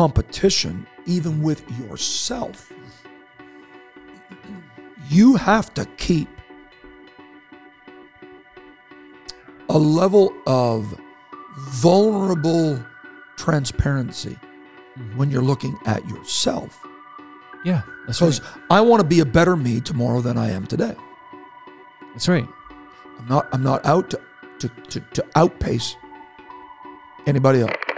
competition, even with yourself. You have to keep a level of vulnerable transparency when you're looking at yourself. Yeah, that's Because right. I want to be a better me tomorrow than I am today. That's right. I'm not I'm not out to to, to, to outpace anybody else.